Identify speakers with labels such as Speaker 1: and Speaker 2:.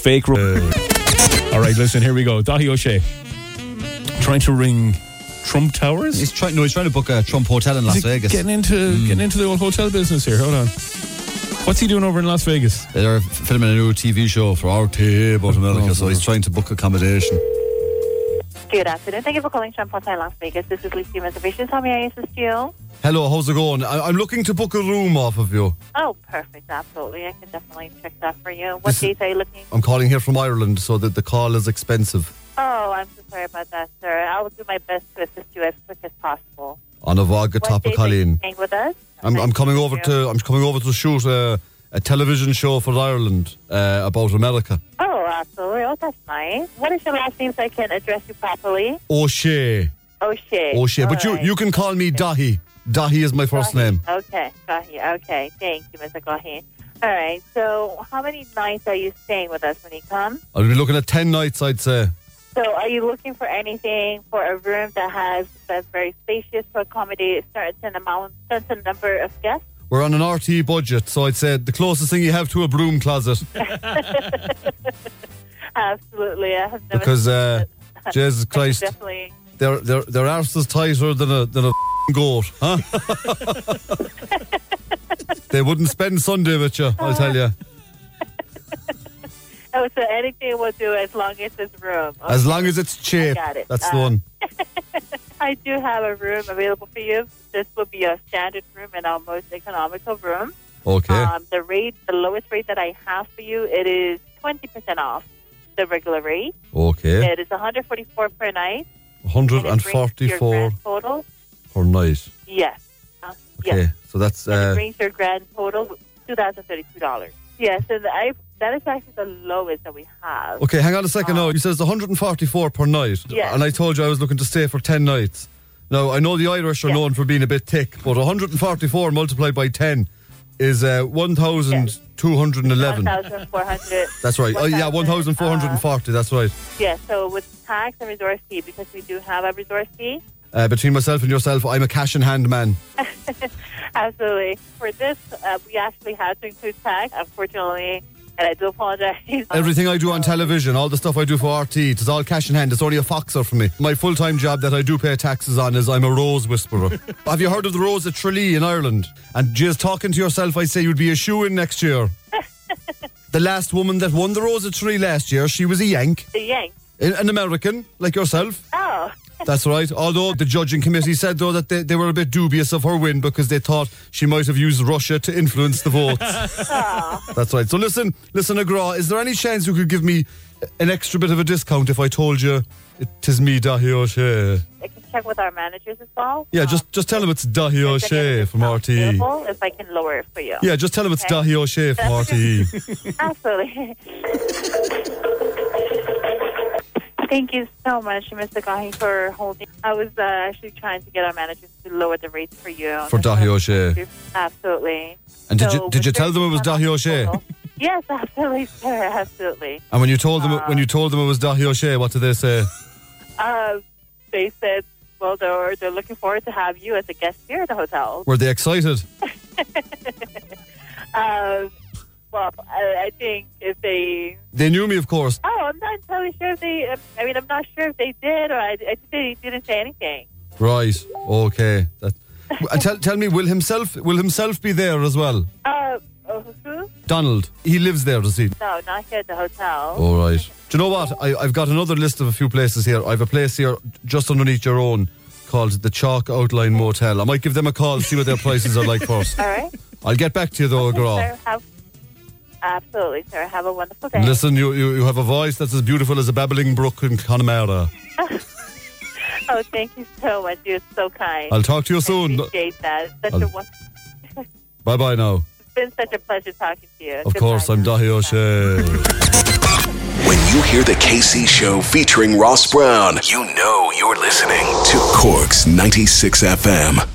Speaker 1: fake. Ro- Uh, All right, listen, here we go. Dahi O'Shea trying to ring Trump Towers.
Speaker 2: He's trying. No, he's trying to book a Trump hotel in Las
Speaker 1: Is it
Speaker 2: Vegas. Mm.
Speaker 1: Getting into getting into the old hotel business here. Hold on. What's he doing over in Las Vegas?
Speaker 2: They're filming a new TV show for RT about America,
Speaker 1: Oh,
Speaker 2: so he's trying to book accommodation.
Speaker 3: Good afternoon. Thank you for calling Trump Hotel Las Vegas. This is Lucy Reservations. How may I assist you?
Speaker 4: Hello, how's it going? I- I'm looking to book a room off of you.
Speaker 3: Oh, perfect. Absolutely. I can definitely check that for you. What dates are you looking?
Speaker 4: I'm calling here from Ireland, so that the call is expensive.
Speaker 3: Oh, I'm so sorry about that, sir. I will do my best to assist you as quick as possible.
Speaker 4: On a Vaga
Speaker 3: What dates are you
Speaker 4: Topicolin.
Speaker 3: staying with us?
Speaker 4: I'm, I'm coming over to I'm coming over to shoot a, a television show for Ireland uh, about America.
Speaker 3: Oh, absolutely. Oh, that's nice. What is your last name so I can address you properly?
Speaker 4: O'Shea,
Speaker 3: O'Shea.
Speaker 4: O'Shea. But you
Speaker 3: Alright.
Speaker 4: you can call me Dahi. Dahi is my first
Speaker 3: Gahi.
Speaker 4: name.
Speaker 3: Okay, Gahi. Okay, thank you, Mr. Gahi. All right. So, how many nights are you staying with us when you come?
Speaker 4: I'll be looking at ten nights, I'd say.
Speaker 3: So, are you looking for anything for a room that has that's very spacious to accommodate a certain amount, certain number of guests?
Speaker 4: We're on an RT budget, so I'd say the closest thing you have to a broom closet
Speaker 3: Absolutely, I have never.
Speaker 4: because uh, Jesus Christ,
Speaker 3: definitely.
Speaker 4: their their their arse is tighter than a than a goat, huh? they wouldn't spend Sunday with you, I'll tell you.
Speaker 3: Oh, so anything will do as long as it's room. Okay.
Speaker 4: As long as it's cheap,
Speaker 3: got it.
Speaker 4: that's the
Speaker 3: Uh,
Speaker 4: one.
Speaker 3: I do have a room available for you. This will be a standard room and our most economical room.
Speaker 4: Okay.
Speaker 3: Um, the rate, the lowest rate that I have for you, it is twenty percent off the regular rate.
Speaker 4: Okay.
Speaker 3: It is one hundred forty-four per night. and it brings your
Speaker 4: 144
Speaker 3: grand total.
Speaker 4: per night.
Speaker 3: Yes. Uh,
Speaker 4: Okay.
Speaker 3: Yes.
Speaker 4: So that's
Speaker 3: And it
Speaker 4: uh,
Speaker 3: brings your grand total two thousand thirty-two dollars. Yes. Yeah, so the, I, that is actually the lowest that we have.
Speaker 4: Okay, hang on a
Speaker 3: Ah.
Speaker 4: second now. You says 144 per night.
Speaker 3: Yeah.
Speaker 4: And I told you I was looking to stay for 10 nights. Now, I know the Irish are
Speaker 3: Yeah.
Speaker 4: known for being a bit thick, but 144 multiplied by 10 is uh, 1,211.
Speaker 3: One thousand four hundred.
Speaker 4: That's right. Oh, yeah,
Speaker 3: 1,400.
Speaker 4: 1,440. That's right.
Speaker 3: Yes. So with tax and resource fee, because we do have a resource fee.
Speaker 4: Uh, between myself and yourself, I'm a cash in hand man.
Speaker 3: Absolutely. For this, uh, we actually had to include tax, unfortunately, and I do apologize.
Speaker 4: Everything I do on television, all the stuff I do for RT, it's all cash in hand. It's only a foxer for me. My full time job that I do pay taxes on is I'm a rose whisperer. Have you heard of the rose at Tralee in Ireland? And just talking to yourself, I say you'd be a shoe in next year. the last woman that won the rose at Tralee last year, she was a Yank,
Speaker 3: The Yank.
Speaker 4: a- an American like yourself.
Speaker 3: Oh,
Speaker 4: That's right. Although the judging committee said though that they, they were a bit dubious of her win because they thought she might have used Russia to influence the votes. That's right. So listen, listen, Agra, is there any chance you could give me an extra bit of a discount if I told you it is me, Dahi O'Shea?
Speaker 3: I can check with our managers as well.
Speaker 4: Yeah,
Speaker 3: Um,
Speaker 4: just just tell him it's Dahi
Speaker 3: check if
Speaker 4: O'Shea
Speaker 3: it's
Speaker 4: from
Speaker 3: not
Speaker 4: RTE.
Speaker 3: available, If I can lower it for you.
Speaker 4: Yeah, just tell him it's
Speaker 3: Okay.
Speaker 4: Dahi O'Shea from E RTE.
Speaker 3: Ah, Absolutely. Thank you so much, Mr. Gahi, for holding. I was uh, actually trying to get our managers to lower the rates for you.
Speaker 4: For Dahi O'Shea.
Speaker 3: Absolutely.
Speaker 4: And did
Speaker 3: So
Speaker 4: you did you
Speaker 3: with
Speaker 4: tell them it was Dahi O'Shea?
Speaker 3: Yes, absolutely, sir. Absolutely.
Speaker 4: And when you told them when you told them it was Dahi O'Shea, what did they say?
Speaker 3: Uh, they said, well, they're, they're looking forward to have you as a guest here at the hotel.
Speaker 4: Were they excited?
Speaker 3: Um, well, I, I think if they.
Speaker 4: They knew me, of course.
Speaker 3: Oh, I'm not entirely sure if they. um, I mean, I'm not sure if they did, or I, I think they didn't say anything.
Speaker 4: Right. Okay. That. And tell, tell me, will himself will himself be there as well?
Speaker 3: Uh, who?
Speaker 4: Donald, he lives there, does he?
Speaker 3: No, not here at the hotel.
Speaker 4: All right. Do you know what? I, I've got another list of a few places here. I've a place here just underneath your own called the Chalk Outline Motel. I might give them a call, see what their prices are like first.
Speaker 3: All right.
Speaker 4: I'll get back to you though, girl.
Speaker 3: Sir, have, absolutely, sir. Have a wonderful day.
Speaker 4: Listen, you, you, you have a voice that's as beautiful as a babbling brook in Connemara.
Speaker 3: Oh, thank you so much. You're so kind.
Speaker 4: I'll talk to you soon.
Speaker 3: appreciate that. Such a,
Speaker 4: I'll-
Speaker 3: won-
Speaker 4: Bye bye now.
Speaker 3: it's been such a pleasure talking to you.
Speaker 4: Of course, I'm Dahi O'Shea.
Speaker 5: When you hear the KC show featuring Ross Brown, you know you're listening to Cork's 96 FM.